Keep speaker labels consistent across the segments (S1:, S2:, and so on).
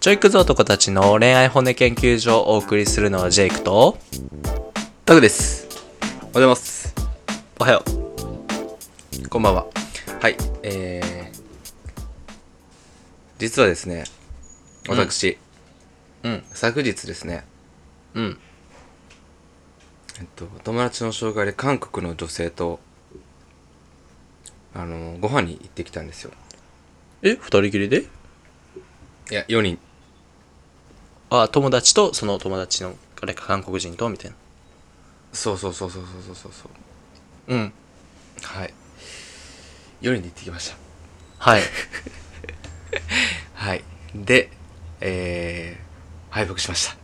S1: ちょいクズ男たちの恋愛骨研究所をお送りするのはジェイクと、
S2: タグです。おはようございます。
S1: おはよう。
S2: こんばんは。はい。えー、実はですね、
S1: うん
S2: 私、
S1: うん、
S2: 昨日ですね、
S1: うん、
S2: えっと、友達の紹介で韓国の女性と、あの、ご飯に行ってきたんですよ。
S1: え、二人きりで
S2: いや、4人。
S1: あ、友達とその友達の、あれか韓国人とみたいな。
S2: そうそうそうそうそうそうそう。
S1: うん。
S2: はい。4人で行ってきました。
S1: はい。
S2: はい。で、えー、敗北しました。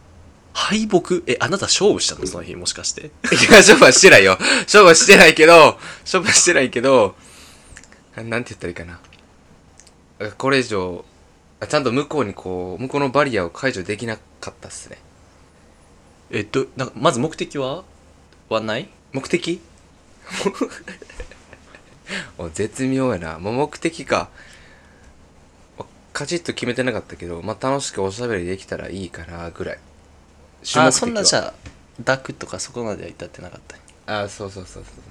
S1: 敗北え、あなた勝負したのその日、もしかして。
S2: いや、勝負はしてないよ。勝負はしてないけど、勝負はしてないけど、ななんて言ったらいいかな。これ以上、あちゃんと向こうにこう、向こうのバリアを解除できなかったっすね。
S1: え、ど、なんか、まず目的ははない
S2: 目的 お絶妙やな。もう目的か。カチッと決めてなかったけど、まあ、楽しくおしゃべりできたらいいかな、ぐらい。主目
S1: あ、
S2: 的は
S1: そんなじゃあ、ダクとかそこまでは至ってなかった。
S2: あそうそうそうそう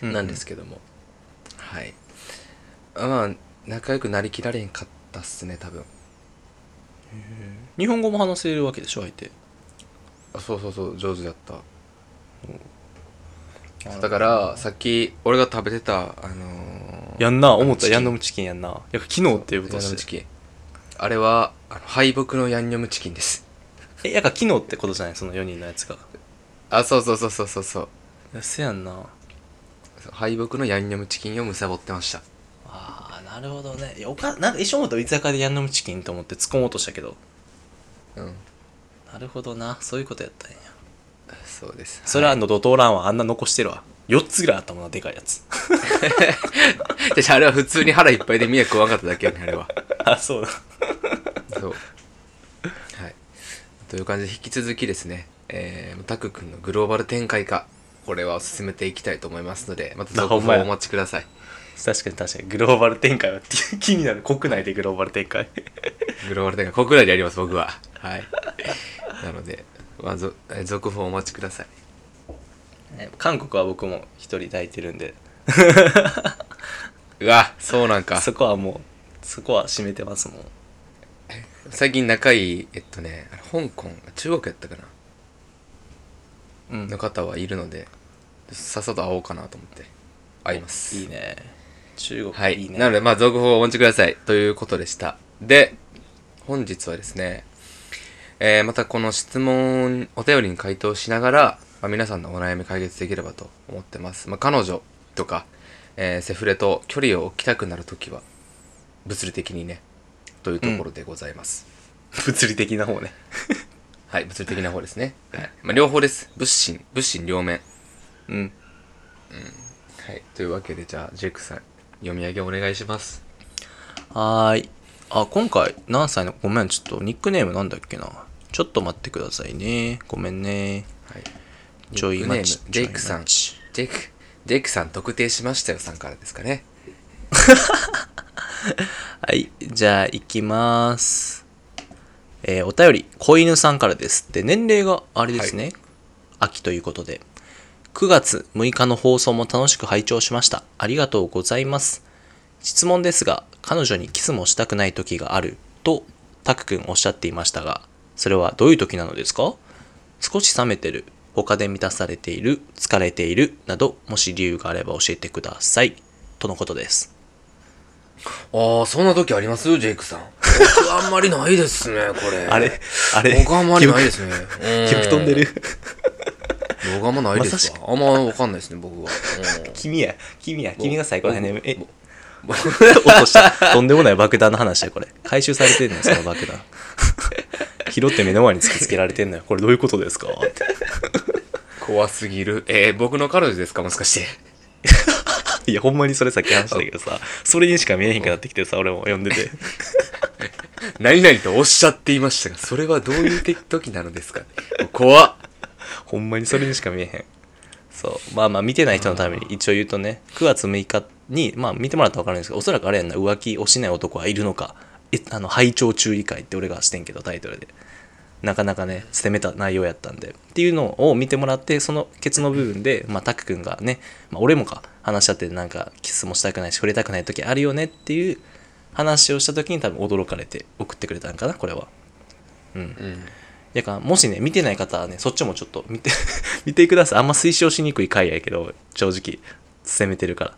S2: そう、
S1: うん
S2: なんですけどもはいまあ仲良くなりきられんかったっすね多分
S1: 日本語も話せるわけでしょ、相手。
S2: あそうそうそう上手だっただからさっき俺が食べてたあのー、
S1: やんな、思っ
S2: チ
S1: た、
S2: キン
S1: ヤンニョムチキンやんな。やっぱ昨日っていうこと
S2: ヤンニョ
S1: し
S2: ムチ
S1: て。
S2: キンあれはあの敗北のヤンニョムチキンです
S1: え、やっぱ昨日ってことじゃないその4人のやつが。
S2: あそうそうそうそうそうそう
S1: せやんな。
S2: 敗北のヤンニョムチキンをむさぼってました
S1: ああ、なるほどね。いや、おか、なんか一瞬思った居酒屋でヤンニョムチキンと思って突っ込もうとしたけど。
S2: うん
S1: なるほどな。そういうことやったんや。
S2: そうです
S1: それはあの、ドトーランはあんな残してるわ。4つぐらいあったもんな、でかいやつ。
S2: であれは普通に腹いっぱいで宮食わんかっただけやねあれは
S1: あ、そうだ。
S2: そう。はい。という感じで、引き続きですね、えー、タク君のグローバル展開化、これは進めていきたいと思いますので、また
S1: あ
S2: 続
S1: ほん
S2: 報
S1: ま
S2: を
S1: や
S2: お待ちください。
S1: 確かに確かに。グローバル展開は気になる。国内でグローバル展 開。
S2: グローバル展開、国内でやります、僕は。はい。なので、まあ、ぞえー続報をお待ちください。
S1: ね韓国は僕も一人抱いてるんで、
S2: うわ、そうなんか。
S1: そこはもう、そこは締めてますもん。
S2: 最近仲いい、えっとね、あれ香港、中国やったかな、
S1: うん
S2: の方はいるので、さっさと会おうかなと思って、会います。
S1: いいね。中国、、
S2: はいい。
S1: いね。
S2: なので、まあ、続報をお待ちください。ということでした。で、本日はですね、えーまたこの質問、お便りに回答しながら、まあ、皆さんのお悩み解決できればと思ってます。まあ、彼女とか、えーセフレと距離を置きたくなるときは、物理的にね、というところでございます。
S1: 物理的な方ね。
S2: はい、物理的な方ですね。はい。まあ、両方です。物心、物心両面。
S1: うん。
S2: はい。というわけで、じゃあ、ジェイクさん、読み上げお願いします。
S1: はーい。あ、今回、何歳の、ごめん、ちょっと、ニックネームなんだっけな。ちょっと待ってくださいね。ごめんね。
S2: はい。
S1: ちょい待ち
S2: ニックネー。ムジェイクさん
S1: ちょい待ち
S2: ジェイク、ジェイクさん特定しましたよさんからですかね。
S1: はい。じゃあ、行きます。えーお便り、子犬さんからです。で、年齢があれですね。秋ということで。9月6日の放送も楽しく拝聴しました。ありがとうございます。質問ですが、彼女にキスもしたくない時があると、タク君おっしゃっていましたが、それはどういう時なのですか少し冷めてる、他で満たされている、疲れている、など、もし理由があれば教えてください。とのことです。
S2: ああ、そんな時ありますジェイクさん。僕あんまりないです ね、これ。
S1: あれあれ
S2: 僕あんまりないですね。うん
S1: 曲飛んでる。
S2: 僕あんまないですわ。あんまわかんないですね、僕は。
S1: 君や、君や、君が最高だね。え、
S2: うん
S1: 落とした。とんでもない爆弾の話だよ、こ れ。回収されてんのよ、その爆弾。拾って目の前に突きつけられてんのよ。これどういうことですかっ
S2: 怖すぎる。えー、僕の彼女ですかもしかして。
S1: て。いや、ほんまにそれさっき話したけどさ、それにしか見えへんくなってきてさ、俺も読んでて。
S2: 何々とおっしゃっていましたが、それはどういうて時なのですか怖っ。
S1: ほんまにそれにしか見えへん。そう。まあまあ、見てない人のために一応言うとね、9月6日に、まあ見てもらったら分かるんですけど、おそらくあれやんな、浮気をしない男はいるのか、えあの、拝聴注意会って俺がしてんけど、タイトルで。なかなかね、攻めた内容やったんで。っていうのを見てもらって、そのケツの部分で、まあ、タク君がね、まあ、俺もか、話し合ってなんか、キスもしたくないし、触れたくない時あるよねっていう話をした時に多分驚かれて送ってくれたんかな、これは。うん。
S2: うん
S1: やかもしね、見てない方はね、そっちもちょっと見て、 見てください。あんま推奨しにくい回やけど、正直、攻めてるか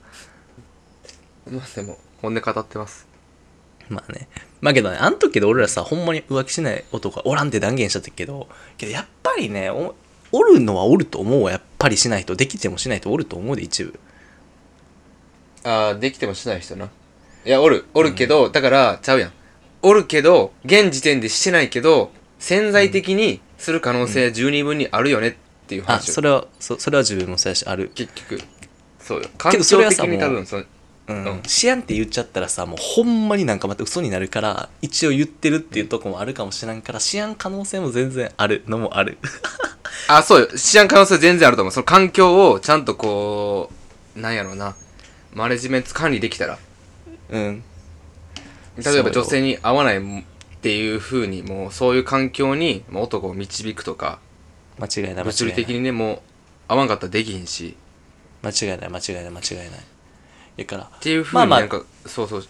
S1: ら。
S2: まあでも本音語ってます
S1: まあね。まあけどね、あの時で俺らさ、ほんまに浮気しない男はおらんって断言しちゃったけど、けどやっぱりね、おおるのはおると思うわ。やっぱりしない人、できてもしない人おると思うで、一部。
S2: ああできてもしない人ないやおるおるけど、だからちゃうやんおるけど現時点でしてないけど潜在的にする可能性十二分にあるよねっていう
S1: あ、
S2: 話を、
S1: それは、そそれは自分もそうやし、ある。
S2: 結局そうよ環
S1: け
S2: 境
S1: どそれは
S2: 的
S1: さ
S2: に多
S1: もう
S2: 分その
S1: うん
S2: うん
S1: しやんって言っちゃったらさもうほんまになんかまた嘘になるから一応言ってるっていうとこもあるかもしらんからしやん可能性も全然あるのもある
S2: あそうよ知らん可能性全然あると思うその環境をちゃんとこうなんやろうなマネジメント管理できたら
S1: うん
S2: 例えば
S1: そうよ
S2: 女性に合わないっていうふうにもうそういう環境にもう男を導くとか
S1: 間違いない間
S2: 物
S1: 違
S2: 理
S1: い
S2: 的
S1: ない
S2: にねもう合わんかったらできひんし
S1: 間違いない間違いない間違いないやから
S2: っていうふう
S1: まあ
S2: に
S1: ま
S2: なん
S1: あ
S2: か、そうそう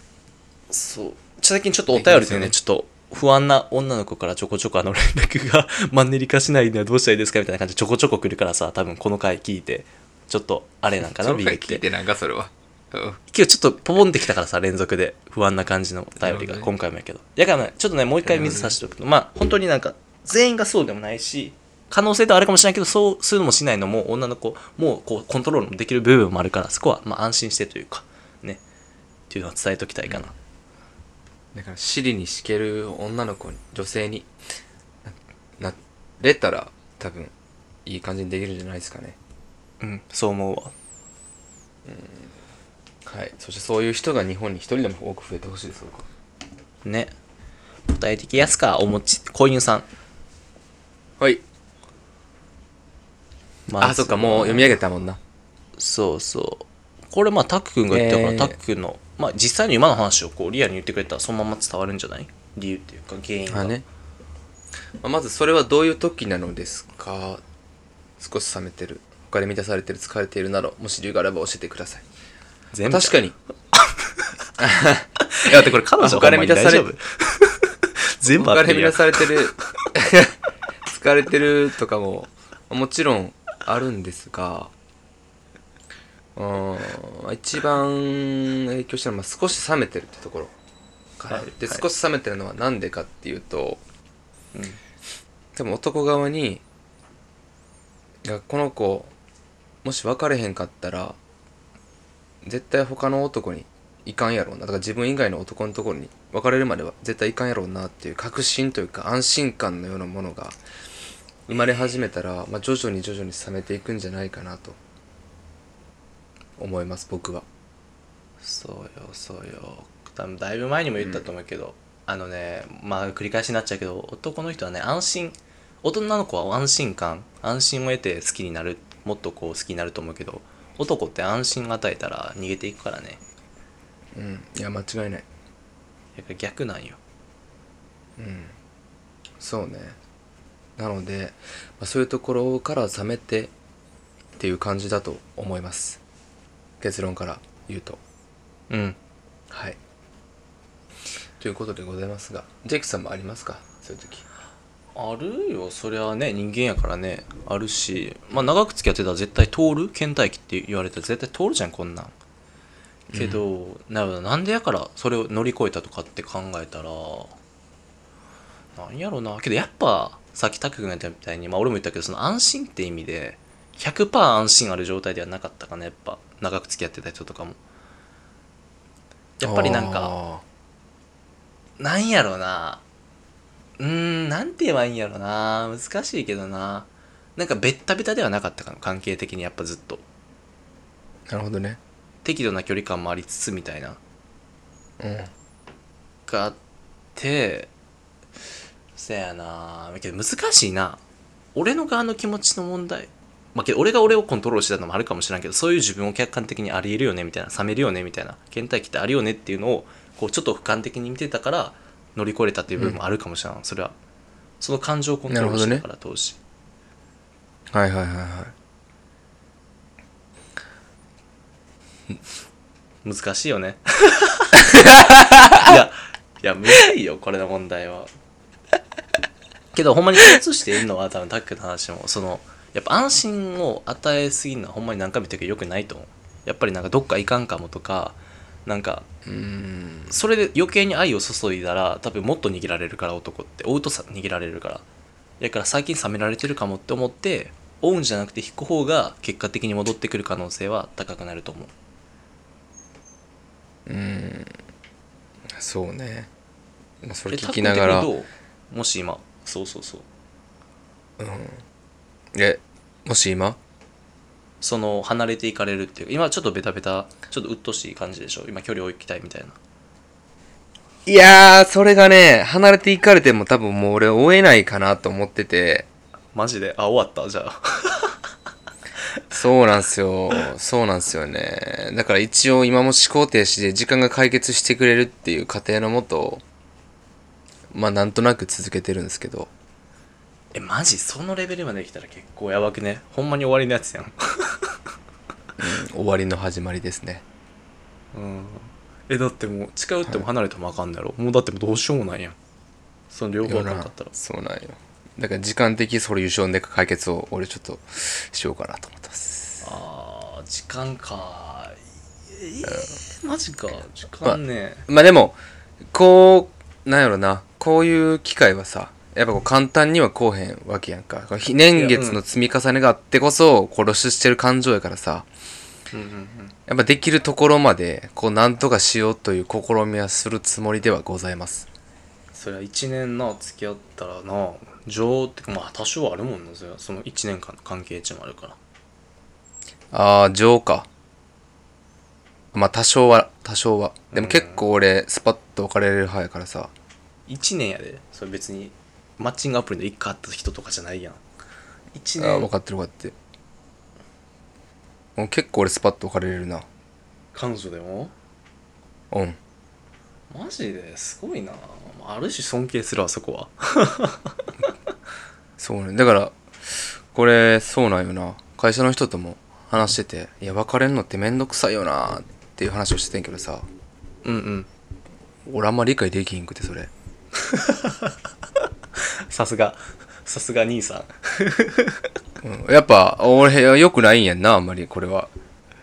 S1: そう最近ちょっとお便りでね
S2: できますよね
S1: ちょっと不安な女の子からちょこちょこあの連絡が マンネリ化しないにはどうしたらいいですかみたいな感じでちょこちょこ来るからさ多分この回聞いてちょっとあれなんかな
S2: その
S1: ビ
S2: 回
S1: ビっ
S2: 聞
S1: て
S2: いてなんかそれはうん
S1: 今日ちょっとポポンってきたからさ連続で不安な感じのお便りが
S2: なるほどね
S1: 今回もやけどやからねちょっとねもう一回水差しておくとまあ本当になんか全員がそうでもないし可能性とあるかもしれないけどそうするのもしないのも女の子もこうコントロールできる部分もあるからそこはまあ安心してというかねっていうのは伝えときたいかな、
S2: だから尻に敷ける女の子に女性にななれたら多分いい感じにできるんじゃないですかね
S1: うん、そう思うわ
S2: はいそしてそういう人が日本に一人でも多く増えてほしいです僕は
S1: ね答え的やすかおもち購入さん、
S2: はい
S1: ま
S2: あそっかもう読み上げたもんな
S1: そうそうこれまあタック君が言ったから、
S2: えー
S1: タック君のまあ実際に今の話をこうリアルに言ってくれたらそのまま伝わるんじゃない理由っていうか原因が
S2: あね、まあまずそれはどういう時なのですか少し冷めてる他で満たされてる疲れているなどもし理由があれば教えてください
S1: 全部
S2: 確か
S1: に
S2: にいやだってこれ
S1: 彼女
S2: 他で
S1: ほんまに
S2: 満たされ
S1: 大丈夫 全部あ
S2: 他
S1: って
S2: で
S1: る
S2: 満
S1: やん
S2: たされ てる 疲れてるとかももちろんあるんですがうーん一番影響したのはまあ少し冷めてるってところから、
S1: はい
S2: で
S1: はい
S2: 少し冷めてるのはなんでかっていうと、
S1: うん
S2: 多分男側にいやこの子もし別れへんかったら絶対他の男にいかんやろうなだから自分以外の男のところに別れるまでは絶対いかんやろうなっていう確信というか安心感のようなものが生まれ始めたら、まあ、徐々に徐々に冷めていくんじゃないかなと思います僕は
S1: そうよそうよ多分だいぶ前にも言ったと思うけど、あのねまあ繰り返しになっちゃうけど男の人はね安心大人の子は安心感安心を得て好きになるもっとこう好きになると思うけど男って安心与えたら逃げていくからね
S2: うんいや間違いない
S1: やっぱ逆なんよ
S2: うんそうねなので、まあ、そういうところから冷めてっていう感じだと思います結論から言うと
S1: うん
S2: はいということでございますがジェイクさんもありますかそういう時
S1: あるよそりゃね人間やからねあるしまあ長く付き合ってたら絶対通る倦怠期って言われたら絶対通るじゃんこんなんけど、なるほどなんでやからそれを乗り越えたとかって考えたらなんやろなけどやっぱさっき拓君が言ったみたいにまあ俺も言ったけどその安心って意味で100%安心ある状態ではなかったかなやっぱ長く付き合ってた人とかもやっぱりなんか
S2: あ
S1: なんやろなうーんなんて言えばいいんやろな難しいけどななんかベッタベタではなかったかな関係的にやっぱずっと
S2: ーなるほどね
S1: 適度な距離感もありつつみたいな
S2: うん
S1: があってせやなけど難しいな俺の側の気持ちの問題まあ、けど俺が俺をコントロールしてたのもあるかもしれないけどそういう自分を客観的にありえるよねみたいな冷めるよねみたいな倦怠期ってあるよねっていうのをこうちょっと俯瞰的に見てたから乗り越えれたっていう部分もあるかもしれない、それはその感情をコントロールしてたから、当時
S2: はいはいはいはい
S1: 難しいよねいやいやむずいよこれの問題はけどほんまに共通しているのは多分タックの話もそのやっぱ安心を与えすぎるのはほんまに何回も言ってるけどよくないと思うやっぱりなんかどっかいかんかもとかなんか
S2: うーん
S1: それで余計に愛を注いだら多分もっと逃げられるから男って追うとさ逃げられるからだから最近冷められてるかもって思って追うんじゃなくて引く方が結果的に戻ってくる可能性は高くなると思う
S2: うーんそうねまあそれ
S1: え
S2: 聞きなが
S1: タッ
S2: ら
S1: クン的にどうもし今そうそうそう
S2: えもし今
S1: その離れていかれるっていう今ちょっとベタベタちょっと鬱陶しい感じでしょ今距離を置きたいみたいない
S2: やーそれがね離れていかれても多分もう俺追えないかなと思ってて
S1: マジであ終わったじゃあ
S2: そうなんすよ。そうなんすよね。だから一応今も思考停止で時間が解決してくれるっていう過程のもと、まあなんとなく続けてるんですけど。
S1: えマジそのレベルまで来たら結構やばくねほんまに終わりのやつやん
S2: 終わりの始まりですね。
S1: うんえだってもう近寄っても離れてもあかんだろ、もうだってもうどうしようもないやんその両方あかんかったら
S2: そうなんよ。だから時間的ソリューションで解決を俺ちょっとしようかなと思ってます。
S1: あー時間かえー、マジか時間ね、
S2: まあでも、こう、なんやろな、こういう機会はさ、やっぱこう簡単にはこうへんわけやんか。こう年月の積み重ねがあってこそ殺ししてる感情やからさ、
S1: うんうんうん
S2: やっぱできるところまで、こう、なんとかしようという試みはするつもりではございます。
S1: そりゃ1年な付き合ったらな情ってまあ多少はあるもんなそりゃその1年間の関係値もあるから
S2: あー、情か。まあ、多少は、多少は。でも結構俺、スパッと別れる派やからさ。
S1: 1年やでそれ別にマッチングアプリで1回会った人とかじゃないやん
S2: あ
S1: 1
S2: ー、分
S1: 年
S2: かってる分かってる。もう結構俺、スパッと別れれるな。
S1: 彼女でも
S2: うん。
S1: マジですごいなある種尊敬するわそこは
S2: そうね。だから、これ、そうなんよな。会社の人とも話してて、いや、別れんのってめんどくさいよなっていう話をしててんけどさ、
S1: うんうん
S2: 俺あんま理解できんくて、それ。
S1: さすがさすが兄さん
S2: うんやっぱ、俺、良くないんやんな、あんまり、これは。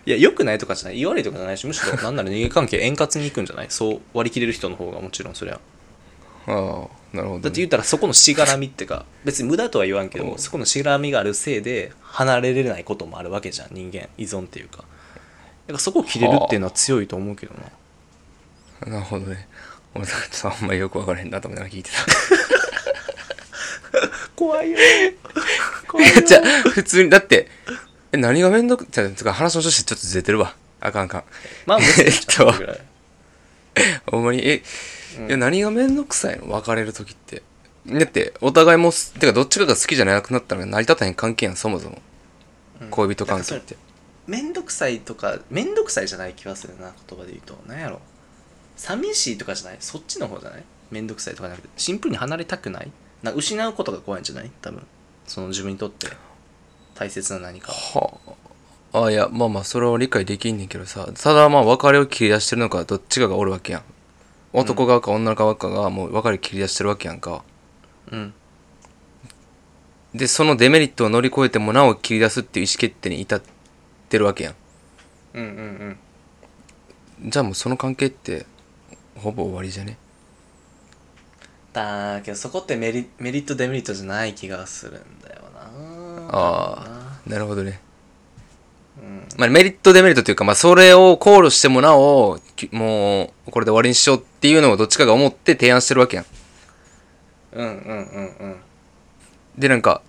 S1: いや良くないとかじゃない言われとかじゃないしむしろなんなら人間関係円滑にいくんじゃないそう割り切れる人の方がもちろんそりゃ
S2: ああ、なるほどね、
S1: だって言ったらそこのしがらみってか別に無駄とは言わんけど
S2: う
S1: も
S2: ん
S1: そこのしがらみがあるせいで離れれないこともあるわけじゃん人間依存っていうかだからそこを切れるっていうのは強いと思うけどな
S2: なるほどね。俺、ちょっとあんまりよくわからへんなと思いながら聞いてた。
S1: 怖い よ怖
S2: い
S1: いよ
S2: や、じゃあ普通に、だって、え、何がめんどく、じゃあつうか話の趣旨ちょっとずれてるわ。あかんあかん。
S1: まあ別に
S2: えっと
S1: ちょっぐらい
S2: ほんまに、え、いや、何がめんどくさいの別れる時って。だって、お互いもす、てか、どっちかが好きじゃなくなったら成り立たへん関係やん、そもそも。
S1: うん
S2: 恋人関係って。
S1: めんどくさいとかめんどくさいじゃない気はするな言葉で言うとなんやろ寂しいとかじゃないそっちの方じゃないめんどくさいとかじゃなくてシンプルに離れたくないなんか失うことが怖いんじゃない多分その自分にとって大切な何かを
S2: はあ。あ、いや、まあまあ、それは理解できんねんけどさ、ただまあ、別れを切り出してるのか、どっちかがおるわけやん。男側か女側かが、もう別れ切り出してるわけやんか。
S1: うん
S2: で、そのデメリットを乗り越えてもなお切り出すっていう意思決定に至ってるわけや
S1: うんうんうん
S2: ん。じゃあもうその関係って、ほぼ終わりじゃね
S1: だけどそこってメリメリットデメリットじゃない気がするんだよな
S2: ああ、なるほどね。
S1: うん
S2: まあ、メリット、デメリットというか、まあ、それを考慮してもなお、きもう、これで終わりにしようっていうのをどっちかが思って提案してるわけやん。
S1: うんうんうんうん
S2: で、なんか、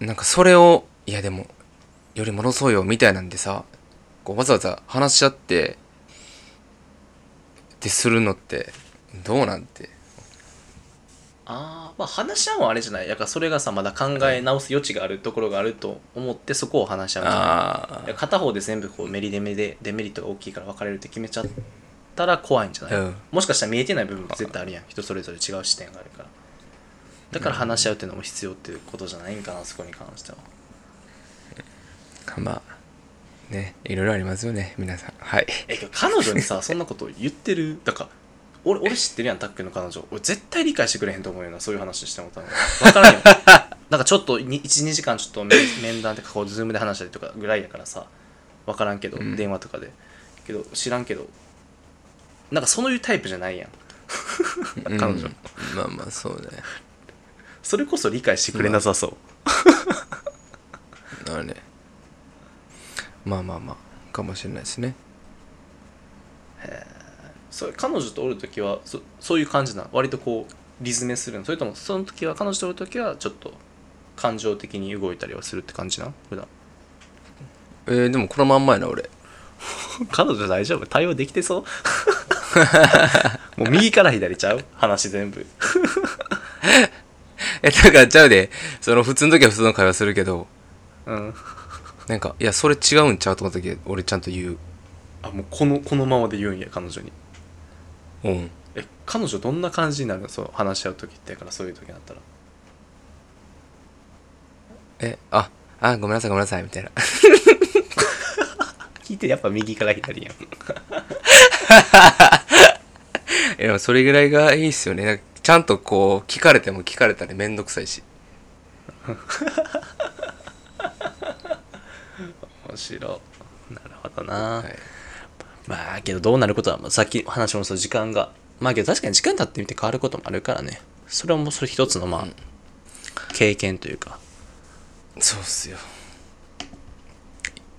S2: なんかそれを、いやでも、より戻そうよ、みたいなんでさ、こう、わざわざ話し合って、ってするのって、どうなんて。
S1: ああまあ話し合うのはあれじゃないだからそれがさまだ考え直す余地があるところがあると思ってそこを話し合うじゃない
S2: あ
S1: いや片方で全部こうメリデメでデメリットが大きいから分かれるって決めちゃったら怖いんじゃない、
S2: うん
S1: もしかしたら見えてない部分が絶対あるやん人それぞれ違う視点があるからだから話し合うっていうのも必要っていうことじゃないんかなそこに関しては
S2: あまあねいろいろありますよね皆さんはい
S1: えけど彼女に さそんなこと言ってるだから俺俺知ってるやんタックの彼女俺絶対理解してくれへんと思うよなそういう話しても多分分から んよなんかちょっと12時間ちょっと面面談とかこうズームで話したりとかぐらいやからさ分からんけど、
S2: うん
S1: 電話とかでけど知らんけどなんかそういうタイプじゃないやん
S2: 彼
S1: 女
S2: まあまあそうね
S1: それこそ理解してくれなさそう、
S2: あれねまあまあまあかもしれないですね
S1: それ彼女とおる時はそそういう感じなの割とこうリズメするのそれともその時は彼女とおる時はちょっと感情的に動いたりはするって感じなの普段
S2: えー、でもこのまんまやな俺
S1: 彼女大丈夫対応できてそう もう右から左ちゃう話全部
S2: えなんかちゃうでその普通の時は普通の会話するけど
S1: うん
S2: なんかいやそれ違うんちゃうと思った時俺ちゃんと言う
S1: あもうこのこのままで言うんや彼女に
S2: うん
S1: え彼女どんな感じになるのそう話し合う時ってやからそういう時になったら
S2: えああごめんなさいごめんなさいみたいな
S1: 聞いてやっぱ右から左やん
S2: いやそれぐらいがいいっすよねなんかちゃんとこう聞かれても聞かれたらめんどくさいし
S1: 面白なるほどな、
S2: はい
S1: まあけどどうなることは、まあ、さっき話もそう時間がまあけど確かに時間経ってみて変わることもあるからねそれはもうそれ一つのまあ、経験というか
S2: そうっすよ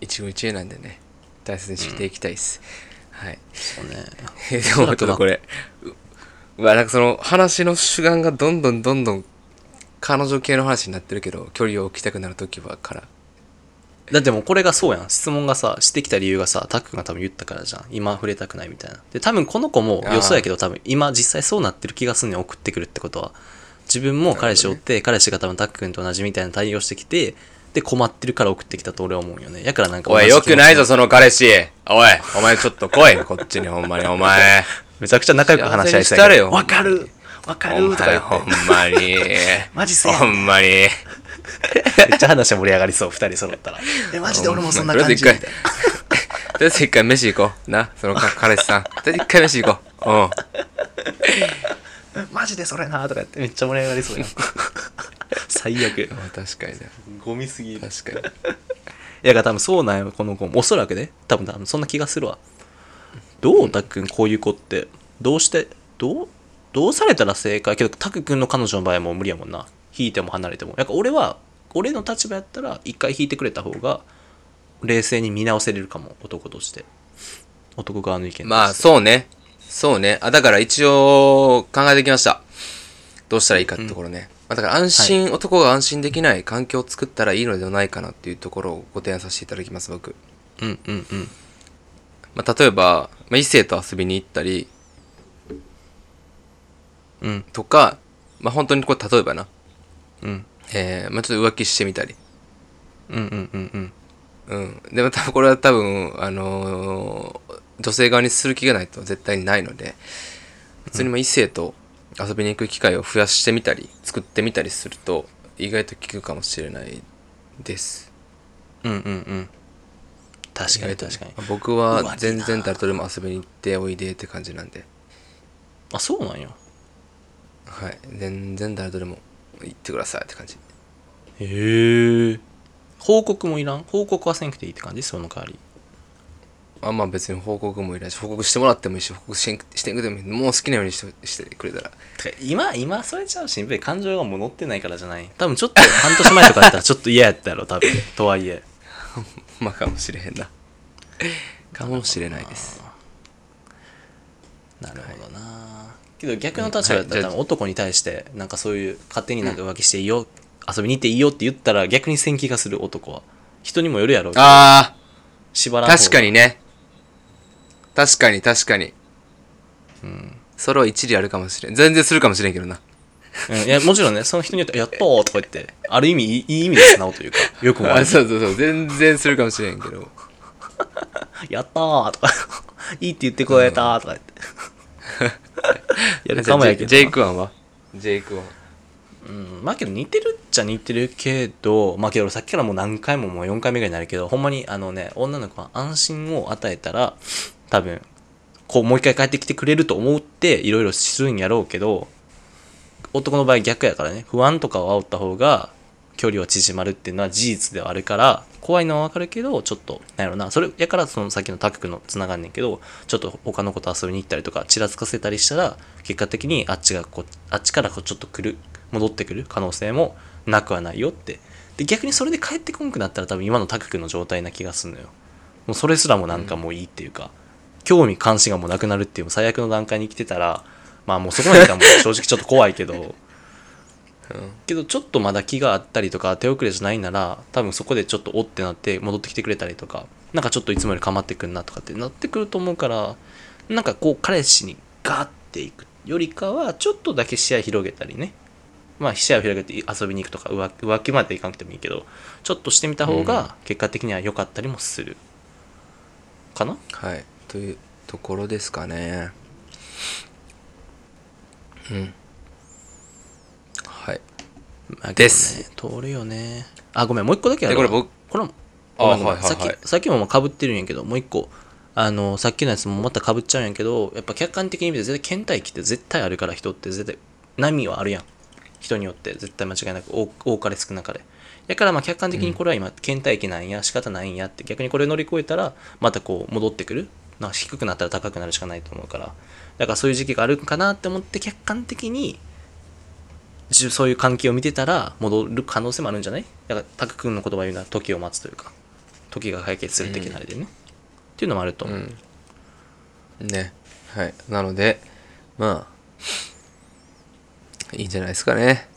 S2: 一期一会なんでね大切にしていきたいっす、はい
S1: そうね
S2: えでもちょっとこれううわなんかその話の主眼がどんどんどんどん彼女系の話になってるけど距離を置きたくなる時はから
S1: だってもうこれがそうやん質問がさしてきた理由がさタックが多分言ったからじゃん今触れたくないみたいなで多分この子も
S2: あー
S1: 予想やけど多分今実際そうなってる気がするに送ってくるってことは自分も彼氏おって、彼氏が多分タック君と同じみたいな対応してきてで困ってるから送ってきたと俺は思うよねやからなんか
S2: おいよくない
S1: ぞ
S2: ぞその彼氏おいお前ちょっと 来いこっちにほんまにお前
S1: めちゃくちゃ仲良く話し合い
S2: 幸せにしたれ
S1: けど
S2: よ
S1: わかるわか
S2: お
S1: るとか
S2: 前
S1: 言って
S2: ほんまに
S1: マジそうやん
S2: ほんまに
S1: めっちゃ話盛り上がりそう、二人揃ったら。 え、マジで俺もそんな感じみ
S2: とり
S1: たい
S2: あえず一回 とりあえず一回飯行こうなそのか彼氏さんとりあえず一回飯行こううん
S1: な。マジでそれなとかやって、めっちゃ盛り上がりそうやん。 最悪。
S2: まあ確かにね
S1: ゴミすぎる。
S2: 確か
S1: いや、多分そうなんよ、この子も。おそらくね。多分、多分そんな気がするわ。どう、たっくん、こういう子って。どうして、どう、どうされたら正解けど、たっくんの彼女の場合はもう無理やもんな。引いても離れても。やっぱ俺は、俺の立場やったら、一回引いてくれた方が、冷静に見直せれるかも、男として。男側の意見として
S2: にまあそうねそうねあだから一応考えてきましたどうしたらいいかってところね、まあだから安心、男が安心できない環境を作ったらいいのではないかなっていうところをご提案させていただきます僕
S1: うんうんうん。
S2: まあ、例えば、まあ、異性と遊びに行ったり
S1: うん
S2: とか、まあ、本当にこれ例えばな、
S1: うん
S2: えーまあ、ちょっと浮気してみたり、
S1: うんうんうんうん
S2: うん、でも多分これは多分、あのー女性側にする気がないと絶対にないので普通にまあ異性と遊びに行く機会を増やしてみたり作ってみたりすると意外と効くかもしれないです
S1: うんうんうん確かに確かに
S2: 意外とね僕
S1: うわ
S2: は全然誰とでも遊びに行っておいでって感じなんで
S1: あそうなんや
S2: はい全然誰とでも行ってくださいって感じ
S1: へえ報告もいらん報告はせんくていいって感じその代わり
S2: あまあ別に報告もいらないし報告してもらってもいいし報告してんしてんくてもいいもう好きなようにしてしてくれたら
S1: てか今今それちゃうしんべえ感情がもう乗ってないからじゃない多分ちょっと半年前とかやったらちょっと嫌やったやろ多分とはいえ
S2: まあかもしれへんなかもしれないです
S1: なるほどな、けど逆の立場やった
S2: はい
S1: ら
S2: じゃ
S1: 多
S2: あ
S1: 分男に対してなんかそういう勝手になんか浮気していいよ、遊びに行っていいよって言ったら逆に戦気がする男は人にもよるやろうけど
S2: あ
S1: 縛
S2: あ
S1: らん方が
S2: 確かにね確かに確かにうんそれは一理あるかもしれん全然するかもしれんけどな
S1: うん、いや、もちろんね、その人によって、やったーとか言って、ある意味いい、いい意味で素直というか、よくもあ
S2: あ
S1: る。
S2: そうそうそう全然するかもしれんけど
S1: やったーとか、 いいって言ってくれたーとか言って。 やるかもやけど。
S2: ジェイクワンはジェイクワン
S1: うん、まあけど似てるっちゃ似てるけど、まあけど俺さっきからもう何回ももう4回目ぐらいになるけど、ほんまにあのね、女の子は安心を与えたら、多分、こうもう一回帰ってきてくれると思っていろいろするんやろうけど、男の場合逆やからね、不安とかを煽った方が距離は縮まるっていうのは事実ではあるから、怖いのはわかるけど、ちょっと、なんやろな、それやからそのさっきのタク君のつながんねんけど、ちょっと他の子と遊びに行ったりとか、ちらつかせたりしたら、結果的にあっちがこう、あっちからこうちょっと来る、戻ってくる可能性もなくはないよって。で、逆にそれで帰ってこんくなったら多分今のタク君の状態な気がすんのよ。もうそれすらもなんかもういいっていうか、興味関心がもうなくなるっていう最悪の段階に来てたら、まあもうそこまでがもう正直ちょっと怖いけど、けどちょっとまだ気があったりとか手遅れじゃないなら多分そこでちょっとおってなって戻ってきてくれたりとかなんかちょっといつもより構ってくんなとかってなってくると思うからなんかこう彼氏にガッていくよりかはちょっとだけ視野広げたりねまあ視野を広げて遊びに行くとか浮気浮気までいかなくてもいいけどちょっとしてみた方が結果的には良かったりもする、かな
S2: はいというところですかねうんはい
S1: まあ
S2: です
S1: けどね通るよねあごめんもう一個だけあ
S2: で
S1: る
S2: こ
S1: わ
S2: れ僕
S1: これも
S2: あ
S1: ごめんごめん
S2: はいはいはい
S1: さっきさっきもまあかぶってるんやけどもう一個あのさっきのやつもまたかぶっちゃうんやけどやっぱ客観的に見て絶対倦怠期って絶対あるから人って絶対波はあるやん人によって絶対間違いなく多多かれ少なかれだからまあ客観的にこれは今倦怠期なんや仕方ないんやって逆にこれ乗り越えたらまたこう戻ってくるなんか低くなったら高くなるしかないと思うからだからそういう時期があるんかなって思って客観的にじゅそういう関係を見てたら戻る可能性もあるんじゃないだからタク君の言葉を言うのは時を待つというか時が解決する的なあれでね、っていうのもあると思う、
S2: うんねはいなのでまあいいんじゃないですかね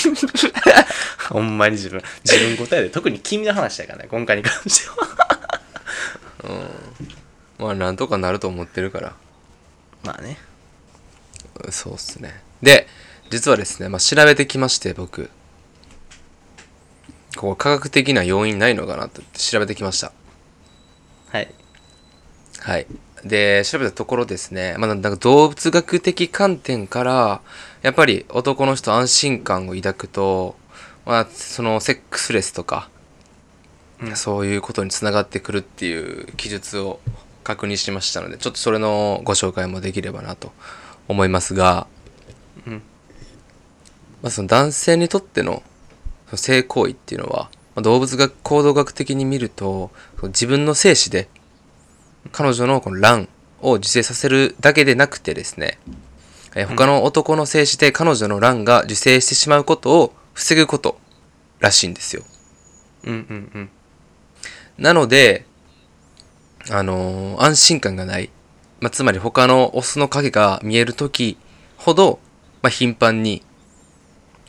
S1: ほんまに自分自分答えで特に君の話だからね今回に関しては
S2: まあなんとかなると思ってるから
S1: まあね
S2: そうっすねで実はですね、まあ、調べてきまして僕こう科学的な要因ないのかなって調べてきました
S1: はい
S2: はい。で、調べたところですね、まあ、なんか動物学的観点から、やっぱり男の人安心感を抱くと、まあ、そのセックスレスとか、
S1: うん
S2: そういうことにつながってくるっていう記述を確認しましたので、ちょっとそれのご紹介もできればなと思いますが、
S1: うん
S2: まあ、その男性にとってのその性行為っていうのは、まあ、動物学行動学的に見るとその自分の精子で彼女のこの卵を受精させるだけでなくてですね、えー他の男の精子で彼女の卵が受精してしまうことを防ぐことらしいんですよ。
S1: うんうんうん
S2: なので、あのー安心感がない。まあ、つまり他のオスの影が見えるときほど、まあ、頻繁に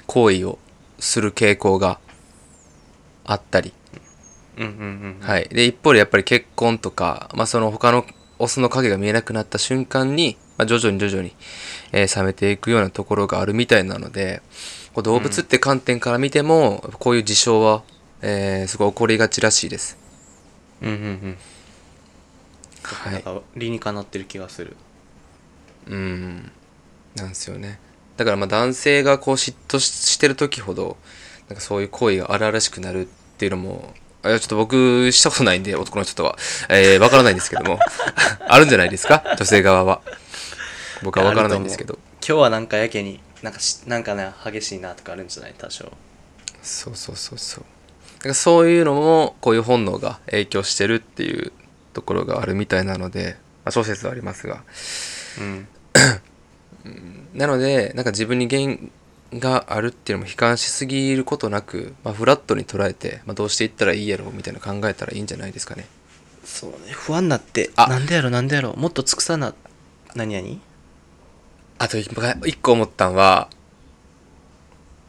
S2: 行為をする傾向があったり。
S1: うんうんうん
S2: はい。で、一方でやっぱり結婚とか、まあ、その他のオスの影が見えなくなった瞬間に、まあ、徐々に徐々に、えー冷めていくようなところがあるみたいなので、こう動物って観点から見ても、こういう事象は、えーすごい起こりがちらしいです。
S1: うんうんうん
S2: はい
S1: なんか理にかなってる気がする
S2: うんなんですよねだからまあ男性がこう嫉妬ししてる時ほどなんかそういう行為が荒々しくなるっていうのもあいやちょっと僕したことないんで男の人とはえーわからないんですけども あるんじゃないですか女性側は僕はわからないんですけど
S1: 今日はなんかやけになんかしなんかね激しいなとかあるんじゃない多少
S2: そうそうそうそうだからそういうのもこういう本能が影響してるっていうところがあるみたいなので、まあ、小説はありますが
S1: うん
S2: なのでなんか自分に原因があるっていうのも悲観しすぎることなく、まあ、フラットに捉えて、まあ、どうしていったらいいやろうみたいな考えたらいいんじゃないですかね
S1: そうね不安になって
S2: あ
S1: なんでやろなんでやろもっと尽くさな何々
S2: あと一個一個思ったんは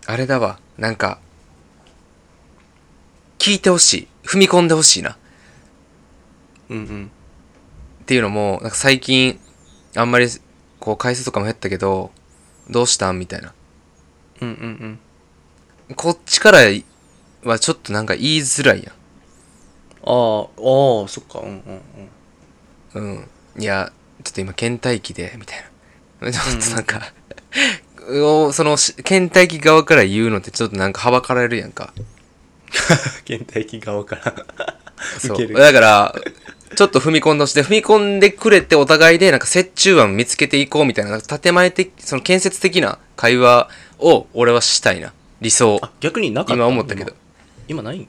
S2: あれだわなんか聞いてほしい踏み込んでほしいな
S1: うんうん
S2: っていうのもなんか最近あんまりこう回数とかも減ったけどどうしたんみたいな
S1: うんうんうん。
S2: こっちからはちょっとなんか言いづらいやん。
S1: ああ、ああ、そっか、うん うんうん。
S2: うん。いや、ちょっと今、倦怠期で、みたいな。ちょっとなんか、 おその、し倦怠期側から言うのってちょっとなんかはばかられるやんか。
S1: 倦怠期側から。
S2: そ
S1: ウケ
S2: う。
S1: る
S2: だから、ちょっと踏み込んでほしい。で踏み込んでくれてお互いで、なんか折衷案見つけていこうみたいな、なんか建前的、その建設的な会話を俺はしたいな。理想。
S1: あ、逆になかった
S2: 今思ったけど。
S1: 今。今ない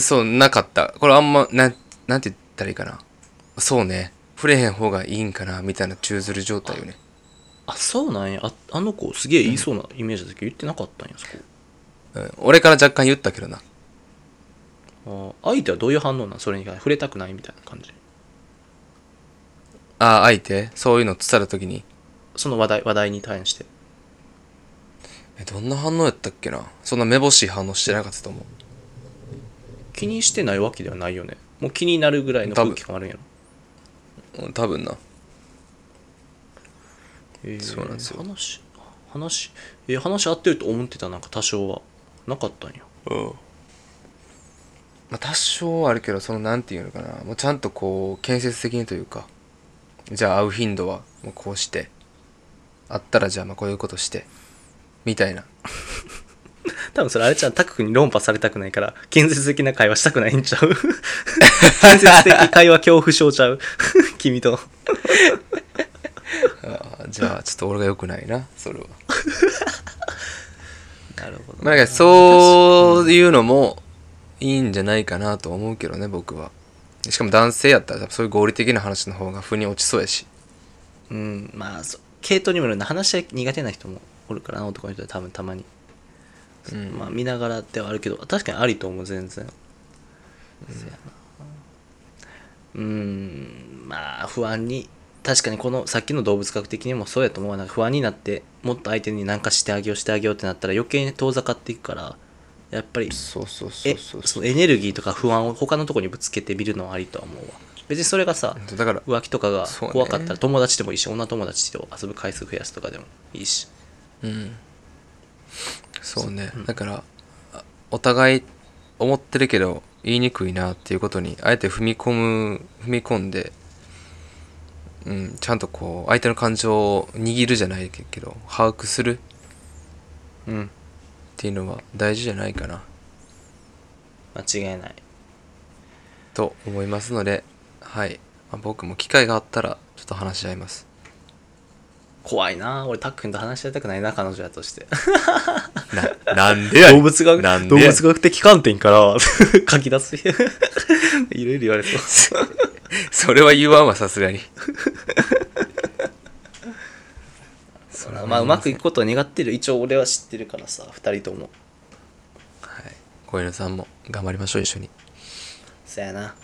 S2: そう、なかった。これあんま、なん、なんて言ったらいいかな。そうね。触れへん方がいいんかな、みたいな中ずる状態よね。
S1: あ、そうなんや。ああの子、すげえ言いそうなイメージだけど言ってなかったんや、そ
S2: うん。俺から若干言ったけどな。
S1: こ。ああ相手はどういう反応なんそれに触れたくないみたいな感じ。
S2: ああ、相手そういうの伝えた時に。
S1: その話題、話題に対して。
S2: え、どんな反応やったっけな。そんなめぼしい反応してなかったと思う。
S1: 気にしてないわけではないよね。もう気になるぐらいの空気感あるんやろ。
S2: うん、多分な。
S1: えー
S2: そうなんですよ
S1: 話、話、えー話合ってると思ってた、なんか多少は。なかったんや。
S2: うん。まあ、多少はあるけど、その、なんていうのかな。もうちゃんとこう、建設的にというか。じゃあ会う頻度は、もうこうして。会ったらじゃあ、まあこういうことして。みたいな。
S1: 多分それあれちゃん、タク君に論破されたくないから、建設的な会話したくないんちゃう 建設的会話恐怖症ちゃう 君と。
S2: あーじゃあ、ちょっと俺が良くないな、それは。
S1: なるほど
S2: まあ、なんかそういうのもいいんじゃないかなと思うけどね、僕は。しかも男性やったら、そういう合理的な話の方が腑に落ちそうやし。
S1: うん、まあ、そ系統にもよるな話し合い苦手な人もおるからな、男の人は多分たまに。
S2: うん。
S1: まあ、見ながらではあるけど、確かにありと思う、全然。そやなうん、まあ、不安に、確かにこの、さっきの動物学的にもそうやと思うわなんか不安になって、もっと相手に何かしてあげよう、してあげようってなったら余計に遠ざかっていくから、やっぱり、
S2: そうそうそ
S1: え
S2: うそう
S1: そのエネルギーとか不安を他のとこにぶつけてみるのはありとは思うわ別にそれがさ
S2: ほんとだから、
S1: 浮気とかが
S2: そうね
S1: 怖かったら友達でもいいし、女友達と遊ぶ回数増やすとかでもいいし
S2: うん。そうね。だから、あお互い思ってるけど、言いにくいなっていうことに、あえて踏み込む、踏み込んで、うん、ちゃんとこう、相手の感情を握るじゃないけど、把握する
S1: うん
S2: っていうのは大事じゃないかな。
S1: 間違いない
S2: と思いますので、はい、まあ僕も機会があったらちょっと話し合います。
S1: 怖いな俺タックンと話し合いたくないな彼女だとして
S2: ななんでやね
S1: 動
S2: ん
S1: 物学
S2: なん
S1: 動
S2: でやねん
S1: 物学的観点から 書き出すいろ いろ言われそう
S2: それは言わんわさすがに。
S1: そらまあうまくいくことを願ってる一応俺は知ってるからさ2人とも
S2: はい、小犬さんも頑張りましょう一緒に。
S1: そやな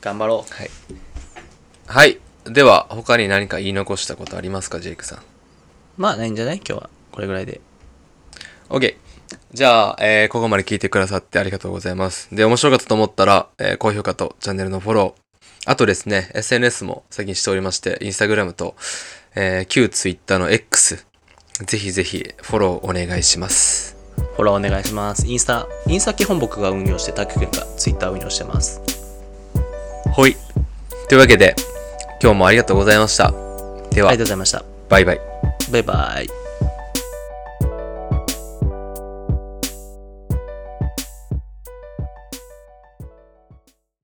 S1: 頑張ろう
S2: はい。はい。では他に何か言い残したことありますかジェイクさん。
S1: まあないんじゃない今日はこれぐらいで
S2: OK。じゃあ、えーここまで聞いてくださってありがとうございます。で、面白かったと思ったら、えー高評価とチャンネルのフォロー。あとですね、SNS も最近しておりまして、インスタグラムと、えー旧 Twitter の X。ぜひぜひフォローお願いします。
S1: フォローお願いします。インスタ、インスタ基本僕が運用して、タク君がツイッター運用してます。
S2: ほい。というわけで、今日もありがとうございました。で
S1: あ
S2: は
S1: りがとうご、ざいました。
S2: バイバイ。
S1: バイバイ。